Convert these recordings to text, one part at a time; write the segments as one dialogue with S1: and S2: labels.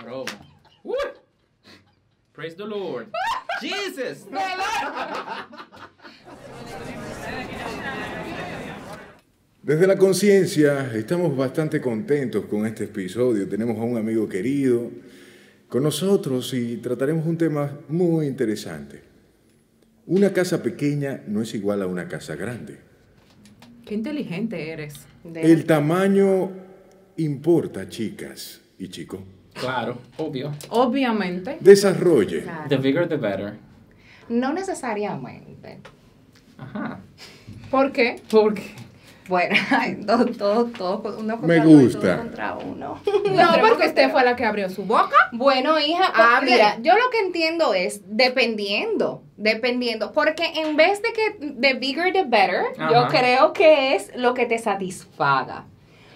S1: Bro. Woo! Praise the Lord. Jesus!
S2: Desde la conciencia estamos bastante contentos con este episodio. Tenemos a un amigo querido con nosotros y trataremos un tema muy interesante. Una casa pequeña no es igual a una casa grande.
S3: Qué inteligente eres. De-
S2: El tamaño importa, chicas y chicos.
S1: Claro, obvio.
S3: Obviamente.
S2: Desarrolle.
S1: The bigger the better.
S4: No necesariamente.
S1: Ajá.
S4: ¿Por qué?
S1: Porque.
S4: Bueno, ay, todo, todo, todo, uno contra
S2: Me
S4: uno y
S2: gusta.
S4: todo contra uno.
S3: No, porque usted fue la que abrió su boca.
S4: Bueno, hija,
S3: Ah,
S4: pues, mira, yo lo que entiendo es dependiendo, dependiendo, porque en vez de que the bigger the better,
S1: Ajá.
S4: yo creo que es lo que te satisfaga.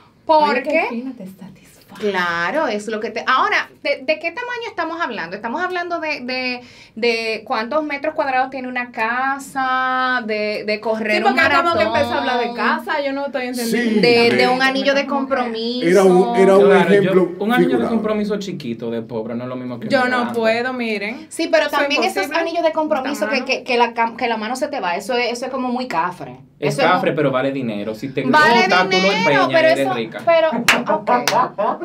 S3: Ay,
S4: Porque
S3: qué fina, te satisface.
S4: Claro, es lo que te... Ahora, ¿de, de qué tamaño estamos hablando? Estamos hablando de, de, de cuántos metros cuadrados tiene una casa, de, de correr
S3: Sí, porque
S4: un
S3: acabamos de
S4: maratón,
S3: empezar a hablar de casa, yo no estoy entendiendo.
S2: Sí.
S4: De,
S2: de-
S4: de un anillo de
S3: Como que-
S4: compromiso.
S2: Era un- era un-
S1: Claro,
S2: ejemplo
S1: yo- un anillo de
S2: figurado.
S1: compromiso chiquito de pobre no es lo mismo que
S3: Yo
S1: uno
S3: no
S1: grande.
S3: puedo, miren.
S4: Sí, pero
S3: Eso es
S4: también esos
S3: imposible.
S4: anillos de compromiso
S3: La
S4: que,
S3: mano.
S4: que, que la, cam- que la mano se te va, eso es, eso es como muy cafre.
S1: Es
S4: Eso es
S1: cafre, pero vale dinero. Si te
S4: muy- Vale
S1: gusta, tú lo
S4: dinero,
S1: empeñas y
S4: pero
S1: eres
S4: eso...
S1: rica.
S4: Pero, ok.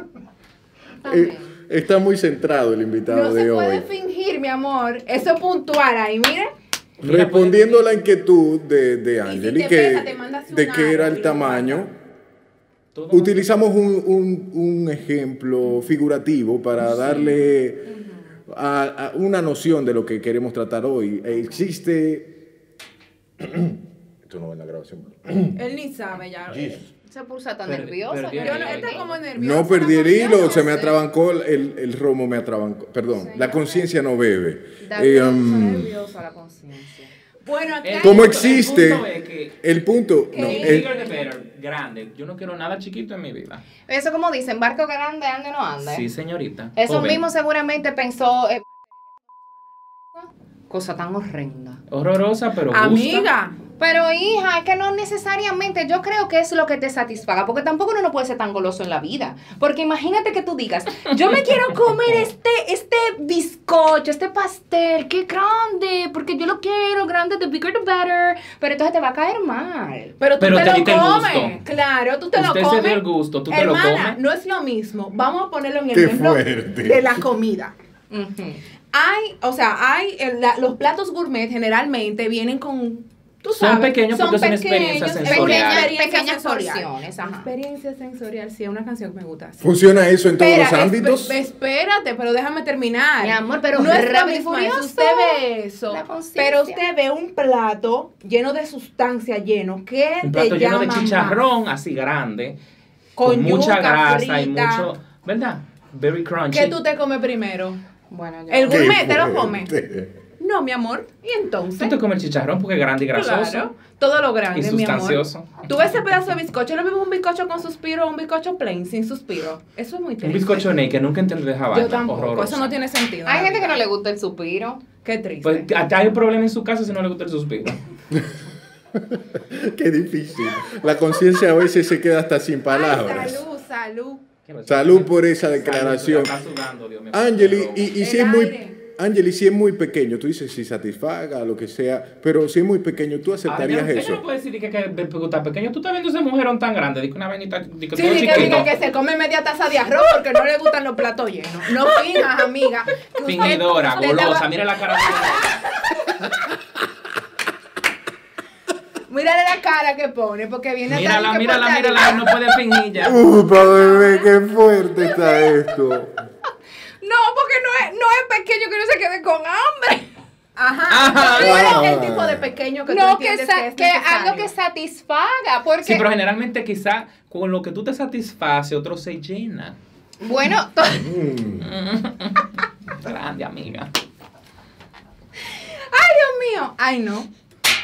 S2: Eh, está muy centrado el invitado
S3: No
S2: de
S3: se puede
S2: hoy.
S3: fingir, mi amor. Eso es puntual ahí, miren.
S1: Mira,
S2: Respondiendo a la inquietud de, de Angeli,
S3: te
S2: que,
S3: pesa, te mandas
S2: de
S3: un
S2: qué era el
S3: árbol.
S2: tamaño,
S1: Todo-
S2: Utilizamos un, un- un ejemplo figurativo para darle a- a una noción de lo que queremos tratar hoy. Existe... Esto no va en la grabación.
S3: Él ni sabe ya.
S4: Se puso tan
S1: Pero-
S4: nerviosa.
S1: pero
S4: yo-
S3: Yo no, él está como nervioso.
S2: No perdí el hilo, se me
S3: atrapó.
S2: atrabancó, el, el romo me atrabancó. Perdón, la conciencia no bebe.
S4: Da
S2: Eh,
S4: nerviosa,
S2: um,
S4: nerviosa la conciencia.
S3: Bueno, acá
S2: ¿Cómo
S1: El punto
S2: existe?
S1: es que-
S2: El punto... no, eh,
S1: the
S2: el-
S1: bigger the better. Grande. Yo no quiero nada chiquito en mi vida.
S4: Eso como dicen, barco grande, ande no ande.
S1: Sí, señorita.
S4: Eso
S1: Joven.
S4: mismo seguramente pensó... eh, cosa tan horrenda.
S1: Horrorosa, pero justa.
S3: Amiga.
S4: Pero hija, es que no necesariamente, yo creo que es lo que te satisfaga, porque tampoco uno no puede ser tan goloso en la vida. Porque imagínate que tú digas, yo me quiero comer este, este bizcocho, este pastel, qué grande, porque yo lo quiero, grande, the bigger the better, pero entonces te va a caer mal.
S3: Pero tú
S1: Pero
S3: te,
S1: te diste el
S3: lo comes.
S1: gusto.
S3: Claro, tú te
S1: Usted
S3: lo
S1: se
S3: comes.
S1: dio el gusto, tú te lo
S3: Hermana,
S1: comes.
S3: no es lo mismo. Vamos a ponerlo en el
S2: Qué
S3: ejemplo
S2: fuerte.
S3: de la comida.
S4: Ujú.
S3: Hay, o sea, hay el- la- los platos gourmet generalmente vienen con tú
S1: Son
S3: sabes,
S1: pequeños porque son experiencias sensoriales.
S3: pequeñas-
S4: Pequeñas-
S3: experiencias
S4: pequeñas
S3: sensoriales.
S4: porciones, ajá.
S3: Experiencia sensorial, sí, es una canción que me gusta. sí.
S2: ¿Funciona eso en todos
S3: Espera,
S2: los
S3: espe-
S2: ámbitos?
S3: espérate, pero déjame terminar.
S4: Mi amor, pero
S3: no es lo
S4: rápido y
S3: mismo
S4: furioso.
S3: eso. Usted ve eso,
S4: La conciencia.
S3: pero usted ve un plato lleno de sustancia, lleno, que
S1: Un plato
S3: te
S1: lleno de
S3: llama más?
S1: chicharrón así grande, con,
S3: Con
S1: mucha
S3: yuca
S1: grasa y
S3: frita.
S1: mucho, ¿verdad? Very crunchy.
S3: ¿Qué tú te comes primero?
S4: Bueno, yo-
S3: El
S2: Qué
S3: gourmet te lo come.
S2: fuerte.
S3: No, mi amor. ¿Y
S1: Tú
S3: entonces?
S1: te comes el chicharrón porque es grande y grasoso
S3: Claro, todo lo grande,
S1: y
S3: mi amor.
S1: sustancioso.
S3: Tú ves ese pedazo de bizcocho, es lo mismo un bizcocho con suspiro o un bizcocho plain, sin suspiro. Eso es muy triste.
S1: Un bizcocho ney que nunca entenderé esa vaina.
S3: Yo tampoco,
S1: horroroso.
S3: eso no tiene sentido.
S4: Hay
S3: la
S4: gente que
S3: verdad.
S4: no le gusta el suspiro.
S3: Qué triste.
S1: Pues, hasta hay problema en su casa si no le gusta el suspiro.
S2: Qué difícil. La conciencia a veces se queda hasta sin
S3: Ay,
S2: palabras.
S3: salud, salud.
S2: Salud por esa declaración.
S1: Está sudando, Dios mío.
S2: Angeli, y, y si es
S3: El
S2: muy
S3: aire.
S2: Angeli, si es muy pequeño, tú dices si satisfaga, lo que sea, pero si es muy pequeño, ¿tú aceptarías
S1: Ahora, ya,
S2: eso?
S1: Ella no pues puede decir que, que el pico tan pequeño. Tú estás viendo ese mujerón tan grande. Dice una vainita. Dice
S3: Sí,
S1: todo
S3: diga,
S1: chiquito.
S3: diga que se come media taza de arroz porque no le gustan los platos llenos. No finas, amiga. que usted-
S1: Fingidora,
S3: usted
S1: golosa.
S3: estaba-
S1: Mira la cara. de-
S3: Mírale la cara que pone porque viene a
S1: Mírala,
S3: estar-
S1: mírala, mírala. No puede fingir ya.
S2: ¡Upa, bebé, qué fuerte está esto!
S4: No, porque no es, no es pequeño que no se quede con hambre.
S3: Ajá.
S1: Ajá.
S3: ¿Cuál es el tipo de pequeño que tú
S4: no, que,
S3: entiendes
S4: sa-
S3: que es
S4: que
S3: necesario?
S4: algo que satisfaga. Porque,
S1: Sí, pero generalmente quizá con lo que tú te satisfaces, otro se llena.
S4: bueno, to-
S2: Mm.
S1: Grande, amiga.
S3: Ay, Dios mío. Ay, no.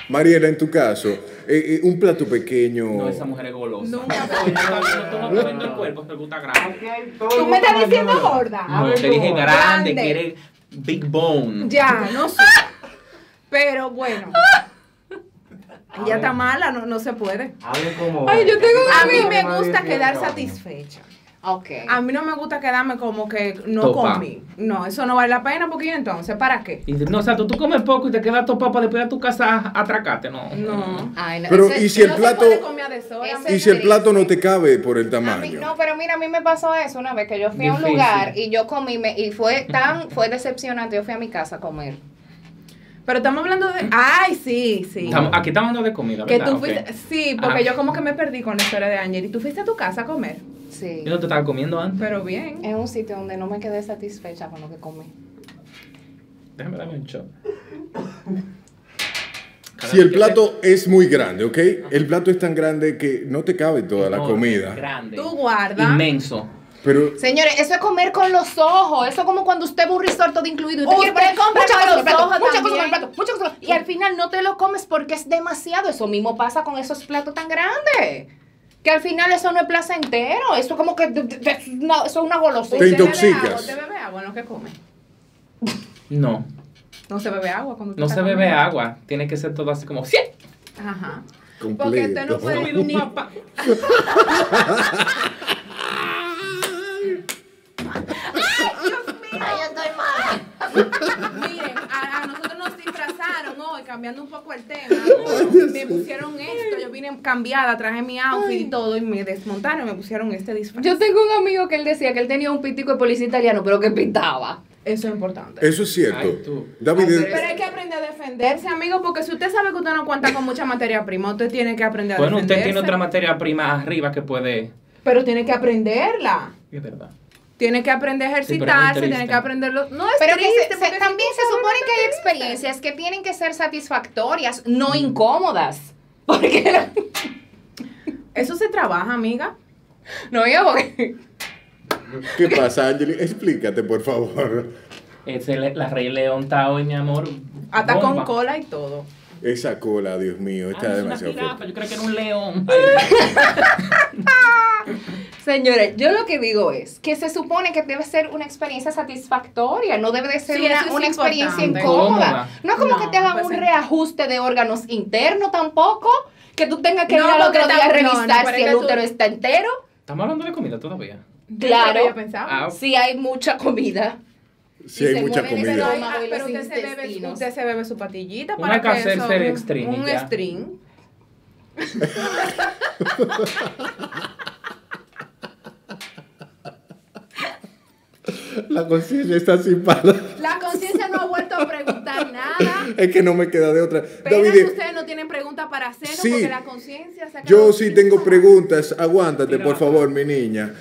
S2: Mariela, en tu caso, eh, eh, un plato pequeño.
S1: No, esa mujer es golosa.
S3: Nunca
S1: Tú no- tú no estás viendo el cuerpo, te gusta grande.
S3: Tú me estás diciendo gorda.
S1: No, te dije grande,
S3: Grande.
S1: que eres big bone.
S3: Ya, no sé. Pero bueno. Ya está mala, no, no se puede.
S4: Ay, yo tengo
S3: A mí me gusta quedar satisfecha.
S4: Ok.
S3: A mí no me gusta quedarme como que no
S1: Topa.
S3: comí. No, eso no vale la pena porque ¿y entonces, ¿para qué?
S1: Y dice, no, o sea, tú, tú comes poco y te quedas topado para después de tu casa a- atracarte, ¿no?
S3: No.
S4: Ay, no,
S2: Pero,
S4: eso-
S2: ¿y si el
S3: no
S2: plato,
S3: se puede comer a deshora,
S4: Ese-
S2: y
S3: amiga.
S2: si el plato no te
S4: triste.
S2: cabe por el
S4: A mí-
S2: tamaño?
S4: no, pero mira, a mí me pasó eso una vez que yo fui a un
S1: Difícil.
S4: lugar y yo comí me- y fue tan fue decepcionante. Yo fui a mi casa a comer.
S3: Pero estamos hablando de. Ay, sí, sí.
S1: Estamos- aquí estamos hablando de comida,
S3: Que
S1: ¿verdad?
S3: tú
S1: Ok.
S3: fuiste. Sí, porque
S1: Ah.
S3: yo como que me perdí con la historia de Ángel. Y tú fuiste a tu casa a comer.
S4: Sí.
S1: Yo no te estaba comiendo antes.
S3: Pero bien.
S4: Es un sitio donde no me quedé satisfecha con lo que comí.
S1: Déjame darme un shot. Cada
S2: Si el
S1: vez que te-
S2: plato es muy grande, ¿ok? El plato es tan grande que no te cabe toda la
S1: No,
S2: comida.
S1: Grande.
S3: Tú guardas.
S1: Inmenso.
S2: Pero
S4: Señores, eso es comer con los ojos. Eso es como cuando usted ve un risotto de incluido. y Usted,
S3: Usted
S4: quiere poner
S3: compra
S4: muchas
S3: con
S4: cosas
S3: los
S4: con el plato,
S3: ojos
S4: muchas cosas
S3: también.
S4: con el plato, muchas cosas. Y al final no te lo comes porque es demasiado. Eso mismo pasa con esos platos tan grandes. Que al final eso no es placentero. Eso como que de- de- de- no, eso es una
S3: Usted
S4: golosina.
S3: bebe
S2: intoxicas.
S3: agua, Usted bebe agua en lo que come.
S1: No.
S3: No se bebe agua cuando
S1: No
S3: usted
S1: se
S3: está
S1: bebe agua. Tiene que ser todo así como. ¡Sí!
S3: comiendo. Ajá.
S2: completo.
S3: Porque usted no puede ni.
S1: papá.
S3: Miren, a, a nosotros nos disfrazaron hoy, cambiando un poco el tema. Hoy Me pusieron esto, yo vine cambiada, traje mi outfit y todo, y me desmontaron y me pusieron este disfraz.
S4: Yo tengo un amigo que él decía que él tenía un pitico de policía italiano, pero que pintaba.
S3: Eso es
S1: Eh,
S3: importante.
S2: Eso es
S1: Ay,
S2: cierto.
S1: tú.
S2: David, eh,
S4: Ay,
S3: Pero hay que aprender a defenderse, amigo, porque si usted sabe que usted no cuenta con mucha materia prima, usted tiene que aprender a
S1: Bueno,
S3: defenderse.
S1: usted tiene otra materia prima arriba que puede.
S3: Pero tiene que aprenderla.
S1: Es verdad.
S3: Tiene que aprender a
S1: Sí, pero es muy
S3: ejercitarse, tiene
S1: triste.
S3: que aprenderlo. No es
S4: Pero que
S3: triste,
S4: se- se-
S3: porque si
S4: también
S3: tú
S4: se
S3: sabes,
S4: supone
S3: no
S4: que hay
S3: te triste.
S4: experiencias Mm. que tienen que ser satisfactorias, no incómodas. Porque
S3: Eso se trabaja, amiga.
S4: no yo porque
S2: ¿qué pasa, Angeli? Explícate, por favor.
S1: Es el- la Rey León está hoy, mi amor.
S3: Hasta con
S1: bomba.
S3: cola y todo.
S2: Esa cola, Dios mío,
S1: Ah,
S2: está
S1: es una
S2: demasiado
S1: jirafa,
S2: fuerte.
S1: yo creo que era un león. Ay,
S4: Señores, yo lo que digo es que se supone que debe ser una experiencia satisfactoria, no debe de ser
S3: Sí,
S4: una,
S3: eso es
S4: una experiencia
S3: importante.
S4: incómoda. No es como
S3: No,
S4: que te hagan
S3: pues
S4: un
S3: sí.
S4: reajuste de órganos internos tampoco, que tú tengas que
S3: No,
S4: ir al
S3: porque
S4: otro día a
S3: tam- no, no,
S4: revisar
S3: pero es
S4: si el
S3: que tú-
S4: útero está entero,
S1: Estamos hablando de comida todavía.
S4: Claro.
S3: Yo pensaba.
S1: Ah, ok.
S4: si hay mucha comida.
S2: Si hay
S4: se
S2: mucha
S3: Pero,
S4: mueve,
S2: comida.
S4: no. estómago y
S3: Ah, pero
S4: los
S3: usted, se bebe,
S4: intestinos.
S3: usted se bebe su patillita
S1: Una
S3: para que
S1: cassette
S3: eso,
S1: ser
S3: un-
S1: string y
S3: un
S1: ya.
S3: string.
S2: La conciencia está sin parar.
S3: La conciencia no ha vuelto a preguntar nada.
S2: Es que no me queda de otra.
S3: Pero
S2: David,
S3: ustedes no tienen preguntas para hacernos
S2: Sí.
S3: porque la conciencia se ha quedado
S2: Yo sí
S3: sin
S2: tengo
S3: nada.
S2: preguntas, aguántate
S1: Tírala.
S2: por favor, mi niña.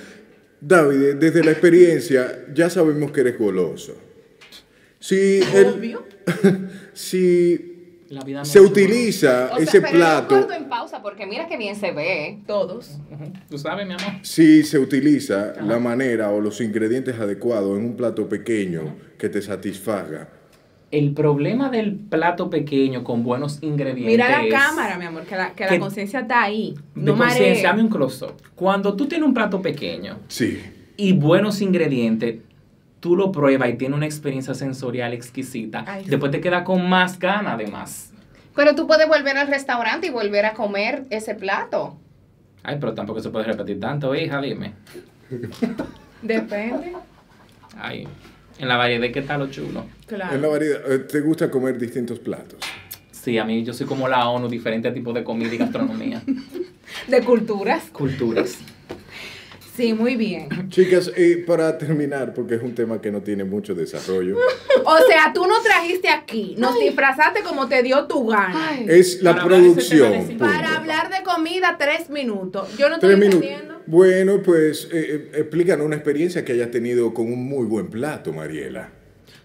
S2: David, desde la experiencia ya sabemos que eres goloso. Si, el-
S3: Obvio.
S2: si
S1: La vida no
S2: se
S1: es un-
S2: utiliza
S4: O sea,
S2: ese
S4: pero yo
S2: plato,
S4: corto en pausa porque mira que bien se ve. ¿eh?
S3: Todos.
S1: Ujú, Tú sabes, mi amor.
S2: si se utiliza la manera o los ingredientes adecuados en un plato pequeño que te satisfaga,
S1: El problema del plato pequeño con buenos ingredientes.
S3: Mira la
S1: es-
S3: cámara, mi amor, que la, que la
S1: que-
S3: conciencia está ahí.
S1: De
S3: No
S1: conciencia,
S3: maree.
S1: dame un close-up. Cuando tú tienes un plato pequeño
S2: sí.
S1: y buenos ingredientes, tú lo pruebas y tienes una experiencia sensorial exquisita.
S3: Ay, sí.
S1: Después te queda con más ganas, además.
S4: Pero tú puedes volver al restaurante y volver a comer ese plato.
S1: Ay, pero tampoco se puede repetir tanto, hija, dime.
S3: Depende.
S1: Ay, En la variedad que está lo chulo.
S2: En la variedad, eh, ¿te gusta comer distintos platos?
S1: Sí, a mí yo soy como la ONU, diferentes tipos de comida y gastronomía.
S3: De culturas.
S1: Culturas.
S3: Sí, muy bien.
S2: Chicas, eh, para terminar, porque es un tema que no tiene mucho desarrollo,
S3: O sea, tú nos trajiste aquí, nos disfrazaste como te dio tu gana.
S2: es la
S5: Para hablar de ese tema
S2: producción.
S5: necesitamos-
S2: punto.
S3: Para hablar de comida, tres minutos. Yo no estoy
S2: Tres minutos.
S3: entendiendo.
S2: Bueno, pues eh, eh, explícanos una experiencia que hayas tenido con un muy buen plato, Mariela.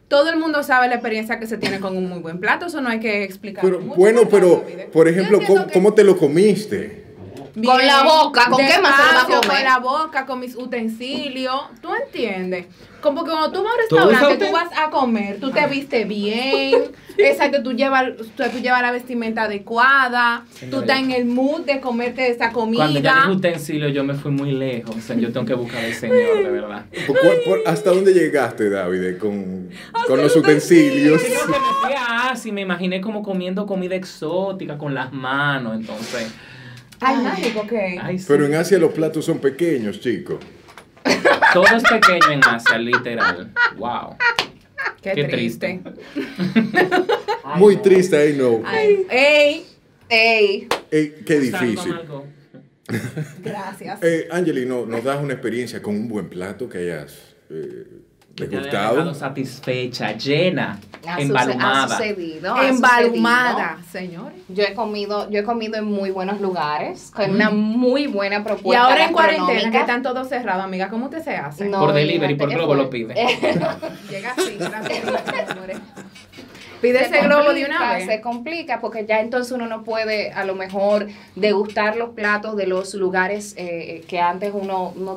S3: Todo el mundo sabe la experiencia que se tiene con un muy buen plato, eso no hay que explicar.
S2: Pero,
S3: mucho,
S2: bueno,
S3: porque
S2: pero,
S3: sabe, ¿eh?
S2: por
S3: Yo
S2: ejemplo,
S3: entiendo
S2: ¿cómo,
S3: que
S2: cómo te lo comiste?
S3: bien,
S4: Con la boca, ¿con qué más se lo va a
S3: despacio,
S4: comer?
S3: Con la boca, con mis utensilios, ¿tú entiendes? Como que cuando tú vas a un
S1: ¿Todo usa
S3: restaurante, tú
S1: uten-
S3: vas a comer, tú te viste bien, exacto, tú llevas, tú, tú llevas la vestimenta adecuada, tú
S1: Señorita.
S3: estás en el mood de comerte esa
S1: Cuando ya
S3: comida.
S1: dije utensilio, yo me fui muy lejos. O sea, yo tengo que buscar al Señor, de verdad.
S2: ¿Por cuál- por- ¿Hasta dónde llegaste, David, eh, con, con los
S3: los
S2: utensilios?
S1: Creo que me fui a Asia y me imaginé como comiendo comida exótica con las manos, entonces.
S3: Ay, mágico, ¿qué?
S1: Ay, sí.
S2: Pero en Asia los platos son pequeños, chicos.
S1: Todo es pequeño en Asia, literal. Wow.
S3: Qué,
S1: Qué
S3: triste.
S1: triste.
S2: Muy triste, ay no.
S3: Ay, ey,
S4: Ey,
S2: Eh, qué
S1: Sal con
S2: difícil.
S1: algo.
S3: gracias.
S2: Eh, Angeli, ¿no- ¿nos das una experiencia con un buen plato que hayas eh,
S1: Que te haya dejado
S2: degustado?
S1: satisfecha, llena,
S4: ha, suce- ha
S1: embalumada.
S4: sucedido. ha
S3: Embalumada, señores.
S4: Yo he comido, yo he comido en muy buenos lugares,
S1: Mm.
S4: con una muy buena
S3: Y
S4: propuesta.
S3: ahora en cuarentena,
S4: gastronómica.
S3: que están todos cerrados, amiga, ¿cómo usted se hace?
S4: No,
S1: Por delivery,
S4: imagínate,
S1: por
S4: es
S1: globo lo
S4: fuerte.
S3: Llega así, gracias. señores. Pide ese globo de una
S4: complica,
S3: vez.
S4: Se complica porque ya entonces uno no puede a lo mejor degustar los platos de los lugares eh, que antes uno no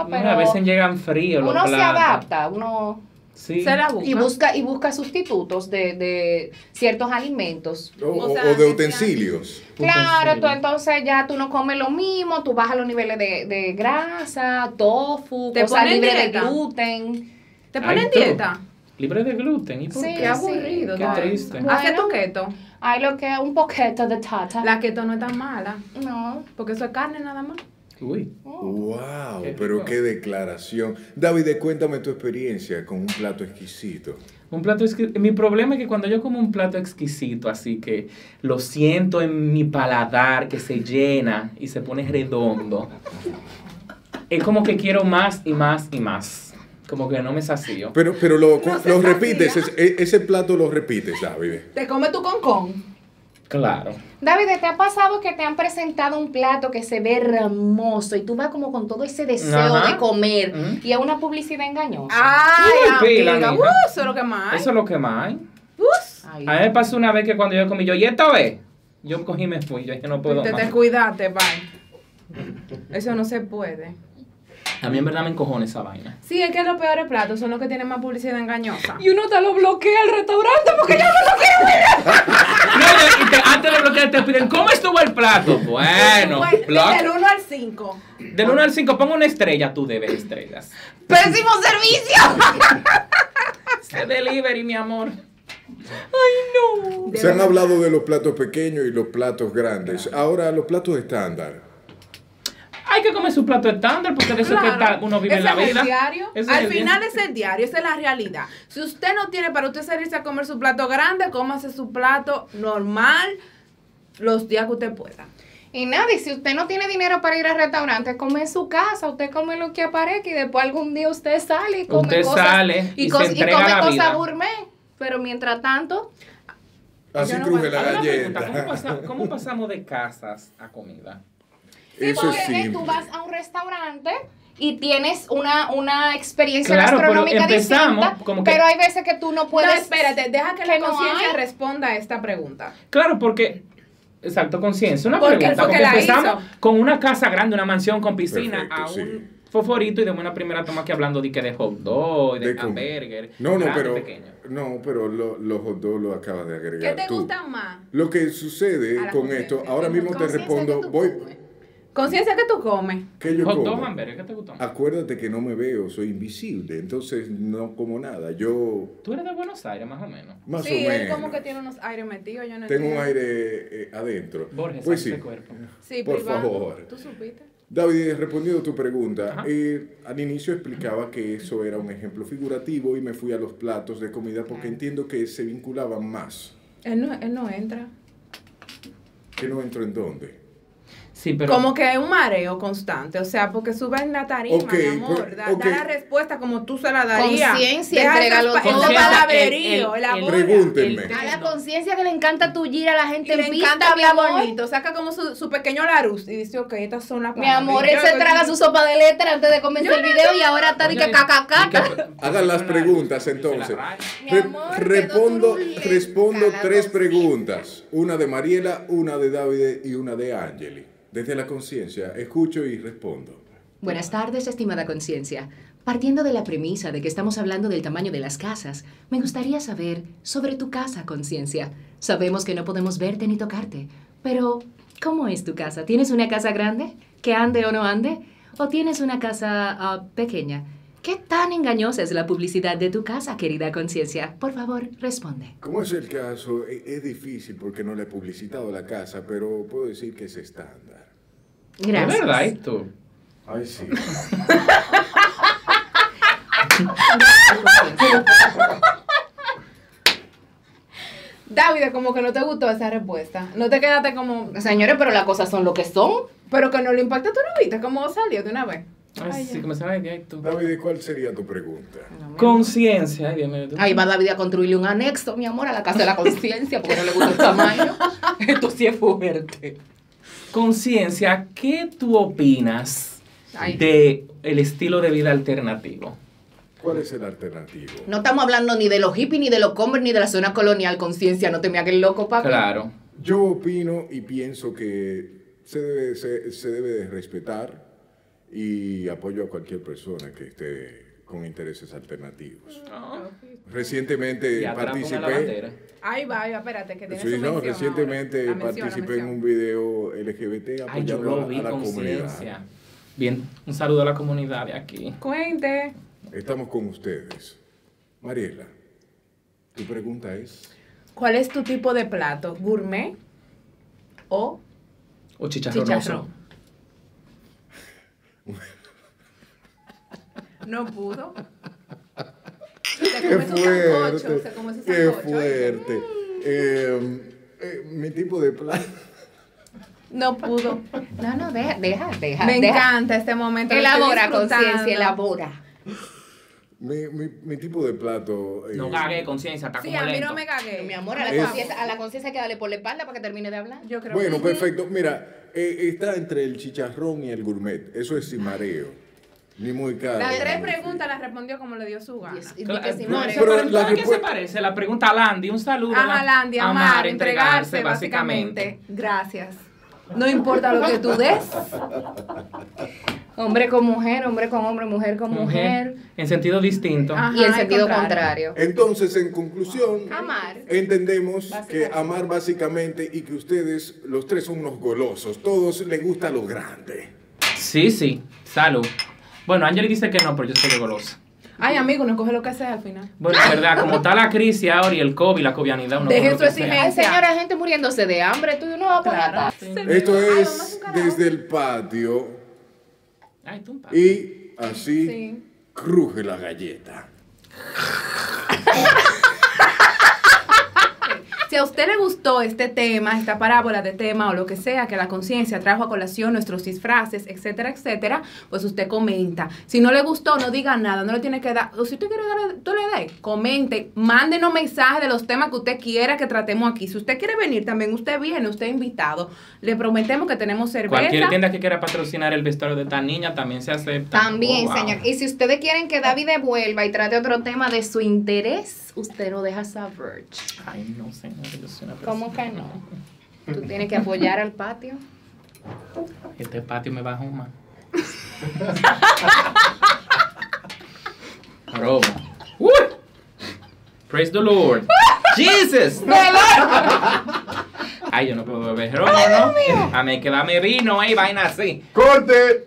S1: No,
S4: Ah, pero
S1: a veces llegan fríos los
S4: uno se
S1: platos.
S4: adapta, uno
S1: Sí.
S3: Se la busca.
S4: y busca y busca sustitutos de, de ciertos alimentos.
S2: O,
S3: O
S2: o-
S3: sea,
S2: o de
S3: que
S2: utensilios.
S4: Claro, tú
S1: Utensilio.
S4: entonces ya tú no comes lo mismo, tú bajas los niveles de, de grasa, tofu,
S3: Te
S4: cosas
S3: ponen
S4: libres de
S3: dieta.
S4: gluten.
S3: ¿Te ponen
S1: Ay, tú.
S3: dieta?
S1: Libre de gluten. ¿Y por
S4: Sí,
S1: qué?
S3: Qué aburrido.
S1: Qué
S3: todo eso.
S1: triste.
S3: Hace
S4: Bueno.
S3: tu keto.
S4: Hay lo que es un poquito de tata.
S3: La keto no es tan mala,
S4: No.
S3: porque eso es carne nada más.
S1: Uy.
S3: Oh.
S2: ¡Wow!
S1: Qué
S2: Pero
S1: rico.
S2: qué declaración. David, cuéntame tu experiencia con un plato exquisito.
S1: Un plato exqui- Mi problema es que cuando yo como un plato exquisito, así que lo siento en mi paladar que se llena y se pone redondo, es como que quiero más y más y más. Como que no me sacio.
S2: Pero, pero lo,
S3: No se
S2: lo
S3: sacia.
S2: repites, es- e- ese, plato lo repites, David.
S3: Te comes tu concón.
S1: Claro.
S4: David, ¿te ha pasado que te han presentado un plato que se ve hermoso y tú vas como con todo ese deseo
S1: Ajá.
S4: de comer
S1: Mm. Ah.
S4: y es una publicidad engañosa?
S3: Ay,
S1: pila,
S3: amiga,
S1: mija.
S3: uh, eso es lo que más. hay.
S1: Eso es lo que más hay.
S3: Us,
S4: Ay,
S1: A mí me pasó una vez que cuando yo comí, yo, ¿y esta vez? Yo cogí y me fui, yo dije, no puedo
S3: te,
S1: más.
S3: te cuidaste, bye. Eso no se puede.
S1: A mí en verdad me encojona esa vaina.
S3: Sí, es que los peores platos son los que tienen más publicidad engañosa.
S4: Y uno te lo bloquea al restaurante porque ya no lo quiero.
S1: No, yo- y te- antes de bloquear te piden, ¿cómo estuvo el plato? Bueno,
S3: Bueno,
S1: block.
S3: Del 1 al 5.
S1: Del 1 al 5, pongo una estrella, tú debes estrellas.
S4: ¡Pésimo servicio!
S1: Este delivery, mi amor.
S2: Se han hablado de los platos pequeños y los platos grandes. Ahora, los platos estándar.
S1: Hay que comer su plato estándar porque de eso es que
S3: Claro.
S1: está- uno vive
S3: Ese
S1: la
S3: es el
S1: vida.
S3: diario.
S1: Ese es
S3: Al
S1: el
S3: final
S1: día.
S3: es el diario, esa es la realidad. Si usted no tiene para usted salirse a comer su plato grande, cómase su plato normal los días que usted pueda.
S4: Y nada, y si usted no tiene dinero para ir al restaurante, come en su casa, usted come lo que aparezca y después algún día usted sale y come
S1: Usted
S4: cosas.
S1: sale y se
S4: cos-
S1: entrega
S4: come
S1: a la
S4: cosas
S1: vida.
S4: gourmet. Pero mientras tanto,
S2: Así
S3: Yo no
S2: cruje
S3: voy-
S2: la
S1: Ahora una pregunta, ¿cómo,
S2: galleta.
S1: pasa- cómo pasamos de casas a comida?
S2: Eso
S4: porque
S2: es simple.
S4: tú vas a un restaurante y tienes una, una experiencia
S1: Claro, pero
S4: gastronómica
S1: empezamos
S4: distinta,
S1: como que-
S4: pero hay veces que tú no puedes...
S3: no, espérate, deja que, la
S4: Pues, que no
S3: conciencia
S4: hay.
S3: responda a esta pregunta.
S1: Claro, porque. Exacto, conciencia. Una
S3: Porque
S1: pregunta.
S3: fue que
S1: Porque
S3: la
S1: empezamos
S3: hizo.
S1: con una casa grande, una mansión con piscina,
S2: Perfecto,
S1: a un
S2: sí.
S1: foforito y de una primera toma que hablando de que de hot dog, y de,
S2: De com-
S1: hamburger.
S2: No, no,
S1: grande,
S2: pero,
S1: pequeño.
S2: no, pero lo- los hot dogs lo acabas de
S3: ¿Qué
S2: agregar
S3: te
S2: tú.
S3: gusta más?
S2: Lo que sucede
S3: A la
S2: con
S3: conciencia.
S2: esto, ahora mismo te
S4: Conciencia
S2: respondo,
S4: que tú
S2: voy,
S4: comes.
S3: Conciencia que tú comes.
S2: ¿qué yo
S1: Hot dog,
S2: como?
S1: hamburger, ¿qué te gustó? más?
S2: Acuérdate que no me veo, soy invisible, entonces no como nada. Yo,
S1: Tú eres de Buenos Aires, más o menos.
S2: más
S3: sí,
S2: o
S3: él
S2: menos,
S3: como que tiene unos aires metidos, yo no
S2: tengo un
S3: entiendo.
S2: aire eh, adentro.
S1: Borges,
S2: pues
S1: saca
S2: sí,
S1: ese cuerpo.
S3: Sí,
S2: Por
S3: privado.
S2: favor.
S3: ¿Tú supiste?
S2: David, eh, respondiendo a tu pregunta, eh, al inicio explicaba que eso era un ejemplo figurativo y me fui a los platos de comida porque entiendo que se vinculaban más.
S3: Él no, él no entra.
S2: Que no entro en dónde.
S1: Sí, pero.
S3: Como que es un mareo constante, o sea, porque sube en la tarima,
S2: Ok,
S3: mi amor,
S2: pues,
S3: da,
S2: ok.
S3: da la respuesta como tú se la darías.
S4: Conciencia,
S3: Deja
S4: entrégalo
S3: esas pa-
S4: todo.
S3: ese
S4: Conciencia,
S3: palabrerío,
S1: el- el-
S3: elabora.
S2: Pregúntenme.
S1: el-
S4: A la
S1: No.
S4: conciencia que le encanta tullir a la gente
S3: Y le
S4: en pista,
S3: encanta
S4: mi
S3: hablar
S4: amor.
S3: bonito, saca como su, su pequeño Larus y dice, ok, estas son las
S4: Mi amor, él
S3: palabras.
S4: se traga su sopa de letra antes de comenzar el video y ahora está de que cacacaca.
S2: Hagan las preguntas entonces. Re- respondo respondo tres preguntas. Una de Mariela, una de David y una de Angeli. Desde la conciencia, escucho y respondo.
S5: Buenas tardes, estimada conciencia. Partiendo de la premisa de que estamos hablando del tamaño de las casas, me gustaría saber sobre tu casa, conciencia. Sabemos que no podemos verte ni tocarte, pero ¿cómo es tu casa? ¿Tienes una casa grande? ¿Que ande o no ande? ¿O tienes una casa ah, pequeña? ¿Qué tan engañosa es la publicidad de tu casa, querida conciencia? Por favor, responde.
S2: Como es el caso, e- es difícil porque no le he publicitado la casa, pero puedo decir que es estándar.
S1: Es
S5: Gracias.
S1: verdad esto.
S2: Ay, sí.
S3: David, como que no te gustó esa respuesta. No te quedaste como,
S4: Señores, pero las cosas son lo que son.
S3: pero que no le impacta tu novita, como salió de una vez.
S1: Ay,
S3: Ay,
S1: sí, que me sale de esto.
S2: David, ¿cuál sería tu pregunta?
S1: Conciencia. Ay, Dios mío. tú.
S4: Ahí va David a construirle un anexo, mi amor, a la casa de la conciencia, porque no le gusta el tamaño. Esto sí es fuerte.
S1: Conciencia, ¿qué tú opinas
S3: Ay.
S1: de el estilo de vida alternativo?
S2: ¿Cuál es el alternativo?
S4: No estamos hablando ni de los hippies, ni de los converse, ni de la zona colonial, conciencia. No te me hagas el loco, papi.
S1: Claro.
S2: Yo opino y pienso que se debe, se, se debe de respetar y apoyo a cualquier persona que esté con intereses alternativos. Recientemente
S1: Y atrás ponga la
S2: participé, Ah,
S1: bandera.
S3: Ay, va, ay, va, espérate, que tiene
S2: sí,
S3: su
S2: no,
S3: mención
S2: recientemente
S3: ahora. La mención, la
S2: participé en
S3: mención.
S2: un video LGBT
S1: Ay, yo
S2: apoyando a
S1: lo
S2: la-
S1: vi,
S2: pues a la
S1: conciencia.
S2: comunidad.
S1: Bien, un saludo a la comunidad de aquí.
S3: Cuente.
S2: Estamos con ustedes. Mariela, tu pregunta es...
S3: ¿Cuál es tu tipo de plato? ¿Gourmet o
S1: O chicharronoso.
S3: chicharrón? No pudo. Se
S2: ¡Qué
S3: come su
S2: fuerte!
S3: sancocho, se come su
S2: ¡Qué
S3: sancocho.
S2: fuerte! Eh, eh, mi tipo de plan...
S3: No pudo.
S4: No, no, deja, deja, deja.
S3: Me
S4: deja.
S3: encanta este momento. lo estoy
S4: Elabora,
S3: disfrutando.
S4: conciencia, elabora.
S2: Mi, mi, mi tipo de plato. eh,
S1: No cagué, conciencia, está
S3: Sí,
S1: como
S3: a mí no
S1: lento.
S3: me cagué.
S4: Mi amor, a la
S2: Es-
S4: conciencia, a la conciencia hay que darle por la espalda para que termine de hablar.
S3: Yo creo
S2: Bueno,
S3: que-
S2: perfecto. Mira, eh, está entre el chicharrón y el gourmet. Eso es sin mareo. Ni muy caro.
S3: Las tres
S2: ni muy
S3: preguntas las respondió como le dio su gana.
S4: Yes, y di
S1: Claro,
S4: que sí,
S1: no,
S4: madre.
S1: eso, pero,
S2: Pero la
S1: ¿sabe qué se
S2: respuesta-
S1: parece? La pregunta a Landy, un saludo. a la-
S3: Ajá, Landy,
S1: a
S3: amar,
S1: Mari,
S3: entregarse, básicamente. Gracias. No importa lo que tú des.
S4: Hombre con mujer, hombre con hombre, mujer con mujer.
S1: Mujer, en sentido distinto.
S3: Ajá,
S4: y en
S3: al
S4: sentido
S3: contrario.
S4: contrario.
S2: Entonces, en conclusión,
S3: Ah,
S4: Amar.
S2: entendemos que amar básicamente y que ustedes, los tres, son unos golosos. Todos les gusta lo grande.
S1: Sí, sí, salud. Bueno, Angeli dice que no, pero yo soy golosa.
S3: Ay, amigo, no coge lo que sea al final.
S1: Bueno, es verdad, como está la crisis ahora y el COVID, la covianidad, uno coge
S3: Deje
S1: lo
S3: su
S1: que sea.
S3: exigencia.
S4: Ay, señora, gente muriéndose de hambre, tú no vas a poner
S3: Claro.
S4: atrás.
S2: Esto
S3: Ay, vamos a
S2: es
S3: hacer un karaoke.
S2: desde el patio
S1: Ay, tú un pa-
S2: y así
S3: Sí.
S2: cruje la galleta.
S3: Si a usted le gustó este tema, esta parábola de tema o lo que sea que la conciencia trajo a colación, nuestros disfraces, etcétera, etcétera, pues usted comenta. Si no le gustó, no diga nada, no le tiene que dar. O si usted quiere darle, tú le des, comente, mándenos mensajes de los temas que usted quiera que tratemos aquí. Si usted quiere venir también, usted viene, usted es invitado. Le prometemos que tenemos cerveza.
S1: Cualquier tienda que quiera patrocinar el vestuario de esta niña también se acepta.
S4: También,
S1: Oh, wow.
S4: señor. Y si ustedes quieren que David devuelva y trate otro tema de su interés, usted lo deja saber.
S1: Ay, no, señor, yo soy una persona.
S4: ¿Cómo que no? Tú tienes que apoyar al patio.
S1: Este patio me va a humar. Aroma. Uy. Praise the Lord. Jesus. Ay, yo no puedo beber romo, ¿no? A mí que dame vino, eh, vaina así.
S2: ¡Corte!